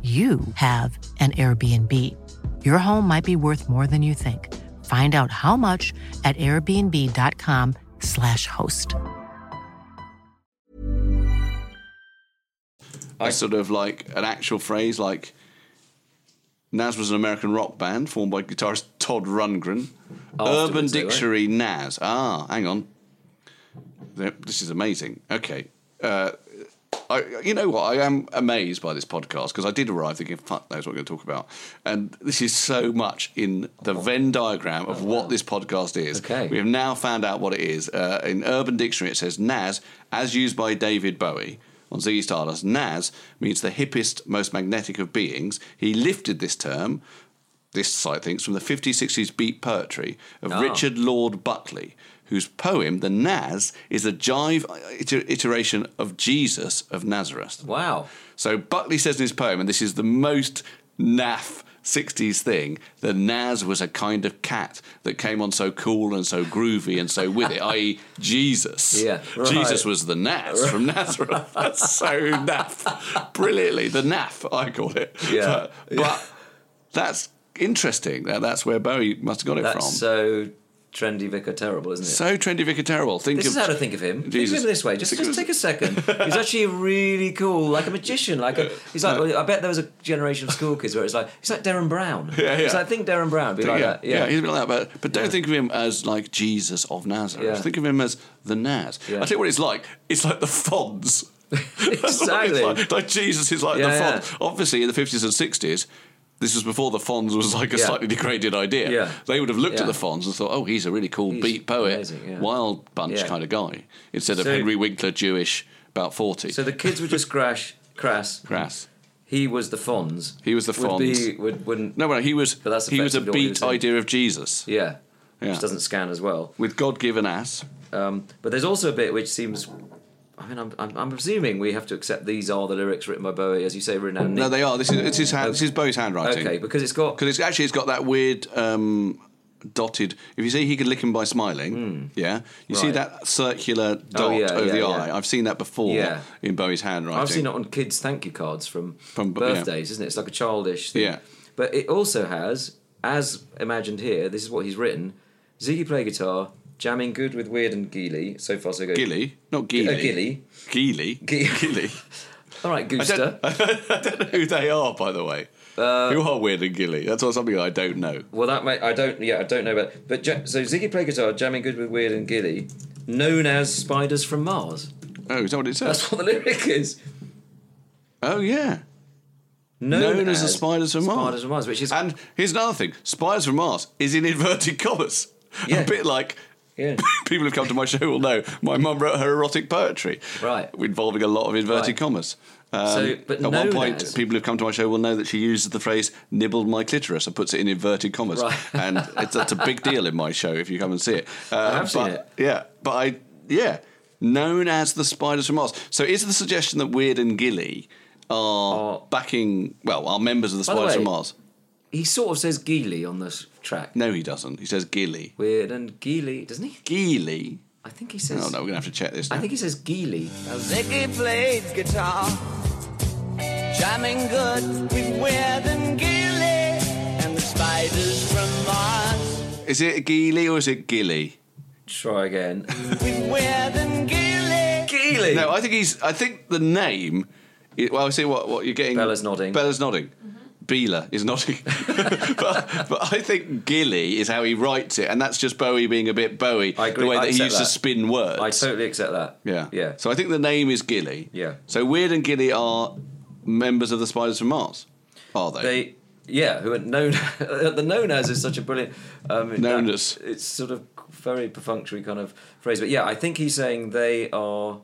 you have an Airbnb. Your home might be worth more than you think. Find out how much at airbnb.com/slash host. I sort of like an actual phrase like Nas was an American rock band formed by guitarist Todd Rundgren. Urban Afterwards, though, right? Dictionary Nas. Ah, hang on. Yep, This is amazing. Okay. Uh, I, you know what? I am amazed by this podcast because I did arrive thinking, fuck knows what we're going to talk about. And this is so much in the Venn diagram of what this podcast is. Okay. We have now found out what it is. Uh, in Urban Dictionary, it says Nas, as used by David Bowie on Ziggy Stardust. Nas means the hippest, most magnetic of beings. He lifted this term, this site thinks, from the 50s, 60s beat poetry of Richard Lord Buckley, whose poem, The Nas, is a jive iter- iteration of Jesus of Nazareth. Wow. So Buckley says in his poem, and this is the most naff 60s thing, that Nas was a kind of cat that came on so cool and so groovy and so with it, i.e., Jesus. Yeah, right. Jesus was the Nas from Nazareth. That's so naff. Brilliantly. The naff, I call it. Yeah. But, but that's interesting. That, that's where Bowie must have got it That's from. so trendy, vicar terrible, isn't it? So trendy, Vicar Terrible. Think this of is how to think of him. Think Jesus. of him this way. Just, Think of just him- take a second. He's actually really cool, like a magician. Like a, he's like. well, I bet there was a generation of school kids where it's like he's like Darren Brown. Yeah, yeah. It's like think Darren Brown. Be like yeah, that. Yeah. he's a bit like that. But, but don't think of him as like Jesus of Nazareth. Yeah. Think of him as the Naz. Yeah. I tell you what it's like. It's like the Fonz. That's what it's Exactly. like. Like Jesus is like Yeah, the Fonz. Obviously, in the fifties and sixties. This was before the Fonz was like a Yeah. slightly degraded idea. Yeah. They would have looked at Yeah. the Fonz and thought, "Oh, he's a really cool beat poet, amazing, yeah. wild bunch Yeah. kind of guy," instead of So- Henry Winkler, Jewish, about forty. So the kids were just crash, crass. Crass. He was the Fonz. He was the Would be, Fonz. would, wouldn't. No, no, he was. But that's he was a effectively what he was beat in. idea of Jesus Yeah. Yeah. Which doesn't scan as well. with God-given ass. Um, but there's also a bit which seems. I mean, I'm, I'm, I'm presuming we have to accept these are the lyrics written by Bowie, as you say, written and No, they are. This is it's his hand, this is Bowie's handwriting. Okay, because it's got. because it's actually it's got that weird um, dotted. If you see, he could lick him by smiling. Yeah, you see Hmm. Right. Oh, that circular dot yeah, over yeah, the yeah. eye. I've seen that before Yeah. in Bowie's handwriting. I've seen it on kids' thank you cards from, From- yeah. birthdays, isn't it? It's like a childish thing. Yeah. But it also has, as imagined here, this is what he's written Ziggy play guitar, jamming good with Weird and Geely. So far, so good. Gilly, not Geely. Uh, Gilly. Gilly. Gilly. Gilly. All right, Gooster. I don't know who they are, by the way. Uh, who are Weird and Gilly? That's all something I don't know. Well, that may, I don't. Yeah, I don't know about. But ja- so Ziggy play guitar, jamming good with Weird and Gilly, known as Spiders from Mars. Oh, is that what it says? That's what the lyric is. oh, yeah. Known, Known as the Spiders from Mars. Spiders from Mars, which is And here's another thing: Spiders from Mars is in inverted commas. Yeah. A bit like yeah. people who've come to my show will know my mum wrote her erotic poetry, Right. involving a lot of inverted Right. commas. Um, So, but at one known point, as- people who've come to my show will know that she uses the phrase "nibbled my clitoris" and puts it in inverted commas, Right. and it's, that's a big deal in my show if you come and see it. Uh, have seen but- it. Yeah, but I yeah, known as the spiders from Mars. So is the suggestion that Weird and Gilly are backing well are members of the the spiders from way- Mars? He sort of says Geely on this track. No, he doesn't. He says Gilly. Weird and Geely, doesn't he? Gilly. I think he says. Oh no, we're gonna have to check this. Now. I think he says Geely. Ziggy plays guitar, jamming good with Weird and Gilly and the spiders from Mars. Is it Geely or is it Gilly? Try again. with Webb and Gilly. Keely. No, I think he's. I think the name. i- Well, I see what what you're getting. Bella's nodding. Bella's nodding. Bela is nodding. but, but I think Gilly is how he writes it, and that's just Bowie being a bit Bowie. I agree, The way I that he accept used to that. spin words. I totally accept that. Yeah. Yeah. So I think the name is Gilly. Yeah. So Weird and Gilly are members of the Spiders from Mars, are they? they yeah who are known the known as is such a brilliant um, Known that- as. it's sort of very perfunctory kind of phrase but yeah I think he's saying they are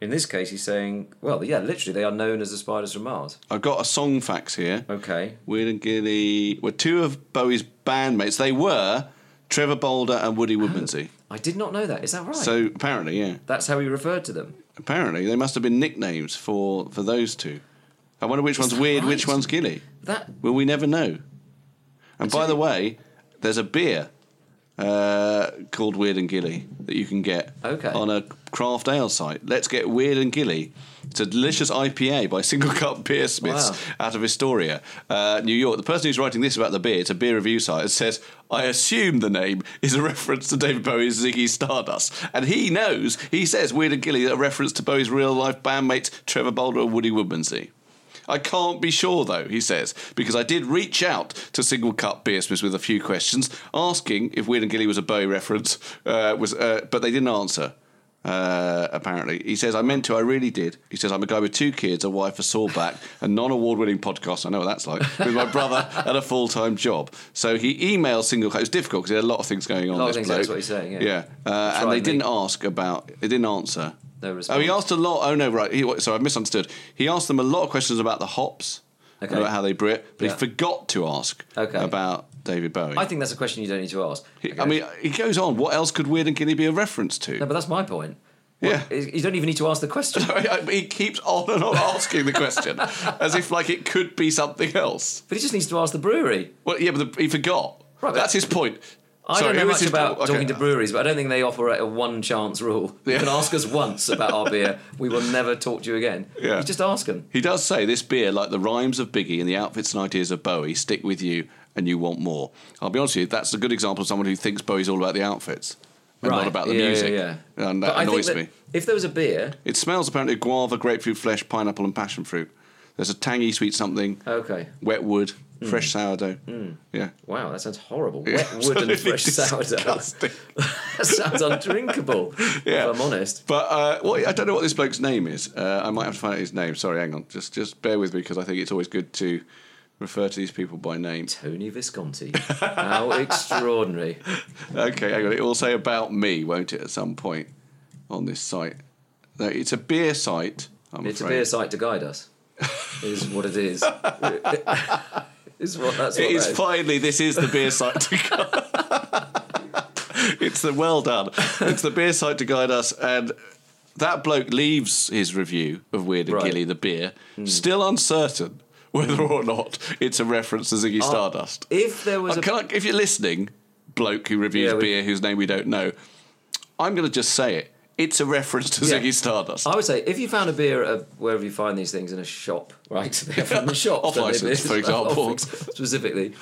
in this case he's saying well yeah literally they are known as the spiders from Mars I've got a song fax here. okay Weird and Gilly were two of Bowie's bandmates. They were Trevor Boulder and Woody Woodmansey. I did not know that is that right So apparently, yeah. that's how he referred to them Apparently, they must have been nicknames for for those two. I wonder which one's weird, right? which one's Gilly. that Well, we never know. And by the way, there's a beer uh, called Weird and Gilly that you can get Okay. on a craft ale site. Let's get Weird and Gilly. It's a delicious IPA by Single Cup Beer Smiths Wow. out of Astoria, uh, New York. The person who's writing this about the beer, it's a beer review site, it says, I assume the name is a reference to David Bowie's Ziggy Stardust. And he knows, he says Weird and Gilly, a reference to Bowie's real life bandmates Trevor Boulder and Woody Woodmansey. I can't be sure though, he says, because I did reach out to Single Cup Beersmiths with a few questions, asking if Weird and Gilly was a Bowie reference, uh, was, uh, but they didn't answer. Uh, apparently, he says, I meant to, I really did. He says, I'm a guy with two kids, a wife, a sore back, a non award winning podcast. I know what that's like, with my brother and a full time job. So he emailed Single Cup. It was difficult because he had a lot of things going on. A lot of this things, bloke. that's what he's saying, yeah. Uh, Try and they and didn't make- ask about, they didn't answer. No Oh, he response. asked a lot. Oh no, right. He, sorry, I misunderstood. He asked them a lot of questions about the hops, Okay. about how they brew it, but Yeah. he forgot to ask Okay. about David Bowie. I think that's a question you don't need to ask He- Okay. I mean, he goes on. What else could Weird and Guinea be a reference to? no but that's my point yeah. you don't even need to ask the question he keeps on and on asking the question, as if like it could be something else. but he just needs to ask the brewery Well, yeah, but the, he forgot. Right, but- That's his point. I Sorry, don't know who is much his- about okay. talking to breweries, but I don't think they operate a one chance rule. Yeah. You can ask us once about our beer, we will never talk to you again. Yeah. You just ask them. He does say this beer, like the rhymes of Biggie and the outfits and ideas of Bowie, stick with you and you want more. I'll be honest with you, that's a good example of someone who thinks Bowie's all about the outfits and not about the yeah, music. Yeah, yeah. And that But I think annoys that me. If there was a beer, It smells apparently of guava, grapefruit flesh, pineapple, and passion fruit. There's a tangy, sweet something, okay. wet wood, fresh sourdough. Yeah. Wow, that sounds horrible. Yeah, hmm. Wet wood and absolutely fresh sourdough. disgusting. that sounds undrinkable, Yeah. if I'm honest. But uh, what, I don't know what this bloke's name is. Uh, I might have to find out his name. Sorry, hang on. Just just bear with me because I think it's always good to refer to these people by name. Tony Visconti. How extraordinary. Okay, hang on. It will say about me, won't it, at some point on this site? No, it's a beer site. I'm It's a afraid. beer site to guide us, is what it is. is what, that's what It is that is. finally. This is the beer site to guide. it's the well done. It's the beer site to guide us, and that bloke leaves his review of Weird and Right. Hmm. Gilly the beer still uncertain whether or not it's a reference to Ziggy Stardust. If there Oh, was Uh, a can I- if you're listening, bloke who reviews Yeah, we- beer whose name we don't know, I'm going to just say it. It's a reference to Yeah. Ziggy Stardust. I would say if you found a beer at a- wherever you find these things in a shop, right? They're from the shop. Off don't they? licence, for example. Off ex- specifically.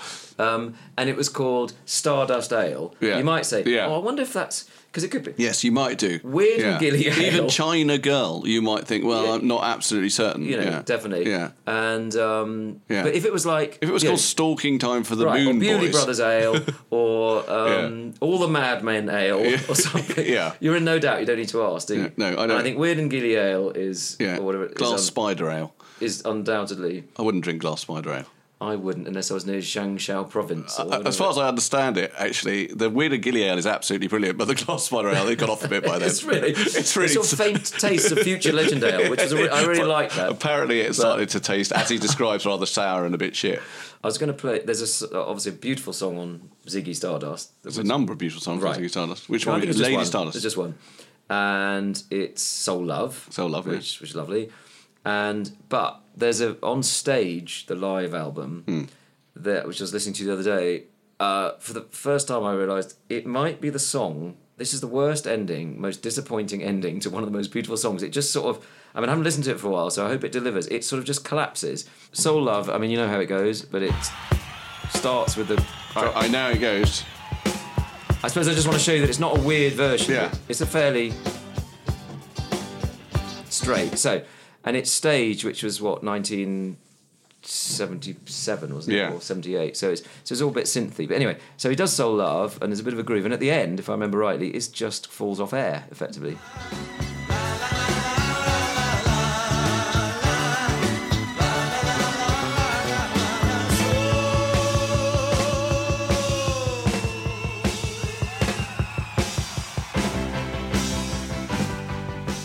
Um, and it was called Stardust Ale. Yeah. You might say, Yeah. oh, I wonder if that's. Because it could be. Yes, you might do. Weird and Gilly Even Ale. China Girl, you might think, well, Yeah. I'm not absolutely certain. You know, yeah. definitely. Yeah. And. Um, Yeah. But if it was like. If it was you called know, Stalking Time for the Right, Moon or Beauty Boys. Brothers Ale, or um, All the Madmen Ale, or something. Yeah. You're in no doubt. You don't need to ask, do you? Yeah, no, I And don't. I think Weird and Gilly Ale is, yeah. or whatever, it is, um, Glass un- Spider Ale. is undoubtedly. I wouldn't drink Glass Spider Ale. Uh, I wouldn't unless I was near Zhangshao province. Or As far as I understand it, actually, the Weird and Gilly Ale is absolutely brilliant, but the Glass Spider Ale, they got off a bit by then. it's really, it's really. your faint taste of future legend ale, which is a re- I really like that. Apparently, it started to taste, as he describes, rather sour and a bit shit. I was going to play. There's a s obviously a beautiful song on Ziggy Stardust. There's a number of beautiful songs Right. on Ziggy Stardust. Which No, I one? think it's just Lady one. Stardust. There's just one, and it's Soul Love. Soul Love, yeah. which which is lovely, and but there's a on stage the live album Hmm. that which I was listening to the other day. Uh, for the first time, I realised it might be the song. This is the worst ending, most disappointing ending to one of the most beautiful songs. It just sort of, I mean, I haven't listened to it for a while, so I hope it delivers. It sort of just collapses. Soul Love, I mean, you know how it goes, but it starts with the. I, I know it goes. I suppose I just want to show you that it's not a weird version. Yeah. It's a fairly straight. So, and its stage, which was what 1977 wasn't it, Yeah. or 78. So it's so it's all a bit synthy. But anyway, so he does Soul Love, and there's a bit of a groove. And at the end, if I remember rightly, it just falls off air effectively.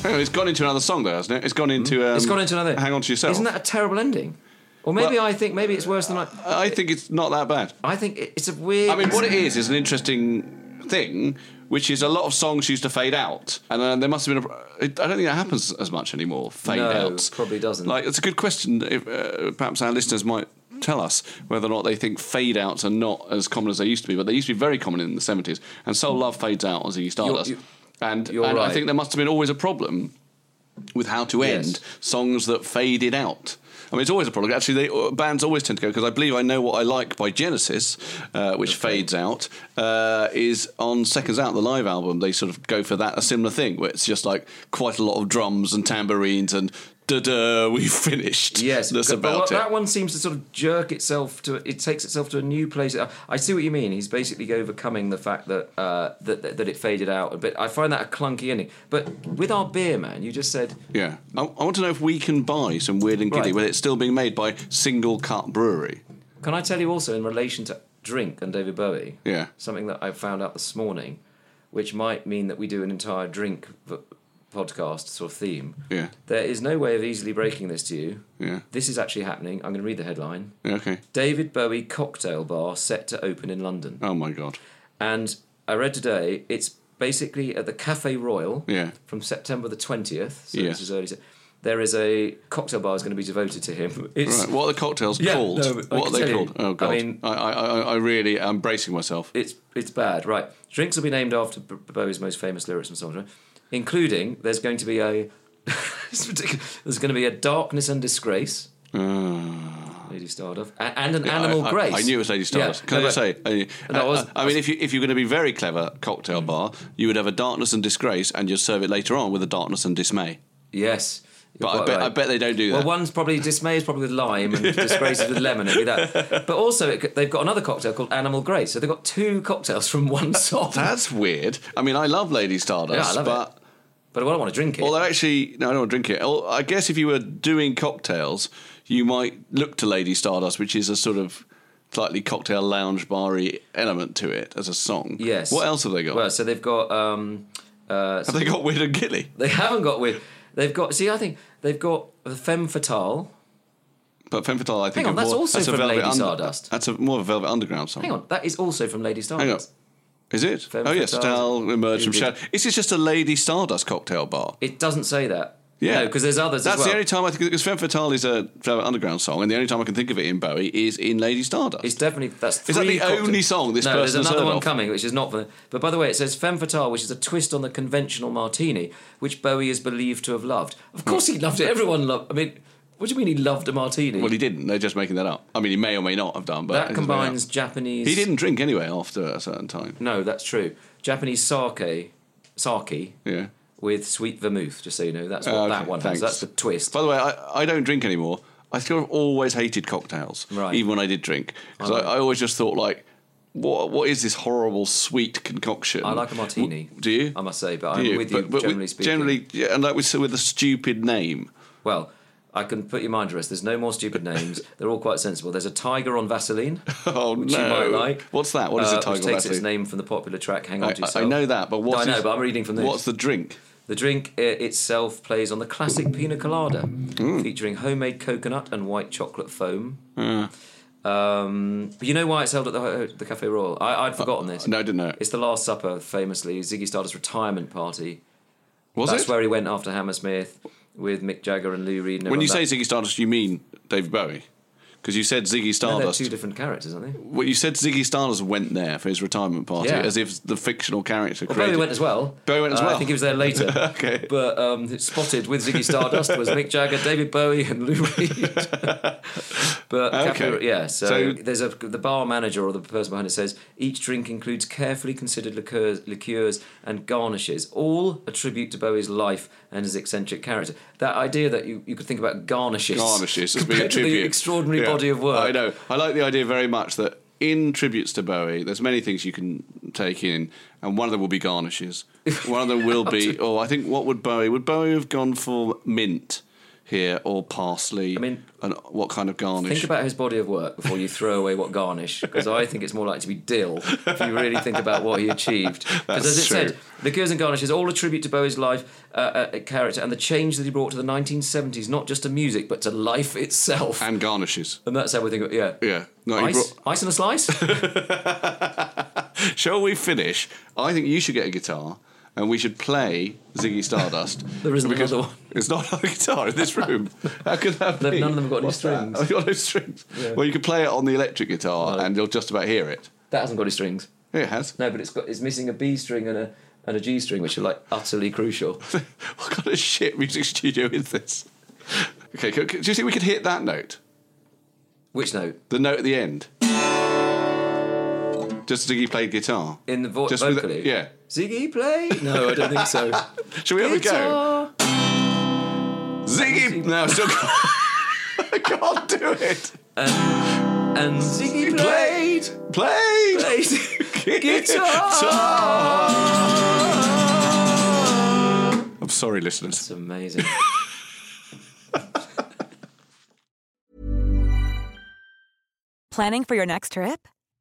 Hang on, it's gone into another song though, hasn't it? It's gone into. Um, Hmm? it's gone into another. Hang on to yourself. Isn't that a terrible ending? Or maybe Well- I think maybe it's worse than I. I think it's not that bad. I think it- it's a weird. I mean, what it is is an interesting thing, which is a lot of songs used to fade out, and uh, there must have been. A, it- I don't think that happens as much anymore. Fade No, out probably doesn't. Like, it's a good question. If, uh, perhaps our listeners might tell us whether or not they think fade outs are not as common as they used to be, but they used to be very common in the seventies. And Soul Love fades out on Ziggy Stardust, you- and, you're and I right. think there must have been always a problem with how to Yes. end songs that faded out. I mean, it's always a problem. Actually, they, uh, bands always tend to go because I believe I know what I like by Genesis, uh, which fades out, uh, is on Seconds Out, the live album. They sort of go for that a similar thing where it's just like quite a lot of drums and tambourines and da da, we finished. Yes, that's but- but about what- That it. one seems to sort of jerk itself to. It takes itself to a new place. I- I see what you mean. He's basically overcoming the fact that uh, that, that that it faded out a bit. I find that a clunky ending. But with our beer, man, you just said Yeah, I, I want to know if we can buy some Weird and Giddy Right. whether it's still being made by Single Cut Brewery. Can I tell you also in relation to drink and David Bowie? Yeah. Something that I found out this morning, which might mean that we do an entire drink v- podcast sort of theme. Yeah. There is no way of easily breaking this to you. Yeah. This is actually happening. I'm going to read the headline. Yeah, okay. David Bowie cocktail bar set to open in London. Oh my god. And I read today it's basically at the Cafe Royal Yeah. from September the 20th. So Yes. this is early. se- There is a cocktail bar is going to be devoted to him. It's Right. What are the cocktails Yeah, called? no, but I what are can they tell you. called? Oh god. I, I mean- I, I, I really am bracing myself. it's it's bad, right? Drinks will be named after B- Bowie's most famous lyrics and songs, including there's going to be a it's ridiculous. There's going to be a darkness and disgrace. Lady Stardust a- and an animal Uh, I, I- grace. I knew it was Lady Stardust. Yeah, Can no, I just say? but- I, No, Mm. I- I wasn't- I mean, if you if you're going to be very clever, cocktail bar, you would have a darkness and disgrace, and you'd serve it later on with a darkness and dismay. Mm. Yes. you're But I quite bet- I bet they don't do Well, that. one's probably dismay is probably with lime and disgrace is with lemon. It'd be that. But also, it, c- they've got another cocktail called Animal Grace. So they've got two cocktails from one song. That's weird. I mean, I love Lady Stardust, Yeah, I love but but I don't want to drink it. although actually, no, I don't want to drink it. Al- I guess if you were doing cocktails, you might look to Lady Stardust, which is a sort of slightly cocktail lounge bar-y element to it as a song. yes. What else have they got? Well, so they've got. Um, uh, have they got Weird and Gilly? They haven't got with. They've got. See, I think they've got the femme fatale. But Femme Fatale, I Hang think, on, are that's more, also a from Velvet Lady Under- Stardust. That's a, more of a Velvet Underground song. Hang on, that is also from Lady Hang on. Stardust. Is it? Femme oh, yes. Fatale. Style emerged from Indeed. shadow. Is this just a Lady Stardust cocktail bar? It doesn't say that. Yeah. No, because there's others. That's as well. the only time I think because Femme Fatale is a Velvet Underground song, and the only time I can think of it in Bowie is in Lady Stardust. It's definitely that's. Is that three the cocktails. only song this no, person there's has another heard one of? coming, which is not for. But by the way, it says femme fatale, which is a twist on the conventional martini, which Bowie is believed to have loved. Of Hmm. course, he loved it. Everyone loved. I mean, what do you mean he loved a martini? well, he didn't. They're just making that up. I mean, he may or may not have done, but that it's made up. combines Japanese. He didn't drink anyway after a certain time. No, that's true. Japanese sake, sake, Yeah. with sweet vermouth. Just so you know, that's what Oh, okay, that one thanks. has. That's the twist. By the way, I, I don't drink anymore. I still have always hated cocktails, Right. even when I did drink, because I, I always just thought like, what what is this horrible sweet concoction? I like a martini. W- Do you? I must say, but Do I'm with you, generally speaking. Generally, yeah, and like we said, with a stupid name. Well, I can put your mind to rest. There's no more stupid names. They're all quite sensible. There's a tiger on Vaseline, Oh which no! you might like. What's that? What is uh, a tiger? Which takes its Vaseline? name from the popular track "Hang On I, to I- Yourself." I know that, but what's No, I know, is- but I'm reading from this. What's the drink? The drink i- itself plays on the classic pina colada, Mm. featuring homemade coconut and white chocolate foam. Mm. Um, but you know why it's held at the, ho- the Cafe Royal? I, I'd forgotten this. No, I didn't know. It's the Last Supper, famously Ziggy Stardust's retirement party. Was That's it? where he went after Hammersmith with Mick Jagger and Lou Reed. And when you say everyone. Ziggy Stardust, you mean David Bowie? Because you said Ziggy No, they're Stardust. two different characters, aren't they? well, you said Ziggy Stardust went there for his retirement party, Yeah. as if the fictional character. Well, created- Bowie went as well. Bowie went as Uh, well. I think he was there later. Okay. But um, spotted with Ziggy Stardust was Mick Jagger, David Bowie, and Lou Reed. But Okay. cafe- yeah, so, So- there's a the bar manager or the person behind it says each drink includes carefully considered liqueurs, liqueurs and garnishes, all a tribute to Bowie's life and his eccentric character. That idea that you, you could think about garnishes, Garnishes as being a compared to tribute. the extraordinary Yeah. body of work. I know. I like the idea very much that in tributes to Bowie, there's many things you can take in, and one of them will be garnishes. One of them will be, oh, I think what would Bowie, would Bowie have gone for mint here or parsley? I mean- and what kind of garnish? Think about his body of work before you throw away what garnish, because I think it's more likely to be dill if you really think about what he achieved. Because That's as it true. said, liqueurs and garnishes all a tribute to Bowie's life, uh, uh, character, and the change that he brought to the 1970s, not just to music but to life itself. And, and garnishes. that's how we think. Of, yeah, Yeah. No, he Ice, ice and a slice. Shall we finish? I think you should get a guitar and we should play Ziggy Stardust. There isn't Because another one. It's not on a guitar in this room. How could that No, be? none of them have got any What's that? strings. Oh, you've got no strings. Well, you could play it on the electric guitar and you'll just about hear it. that hasn't got any strings. Yeah, it has. No, but it's got it's missing a B string and a and a G string, which are like utterly crucial. what kind of shit music studio is this? Okay, c- c- do you think we could hit that note? Which note? The note at the end? Just as Ziggy played guitar. In the vo- Just with the- vocally? yeah. Ziggy play? No, I don't think so. Shall we have a go? Guitar. Ziggy. No, I still can't. I can't do it. And Ziggy play. Played. Played. Played. Guitar. I'm sorry, listeners. It's amazing. Planning for your next trip?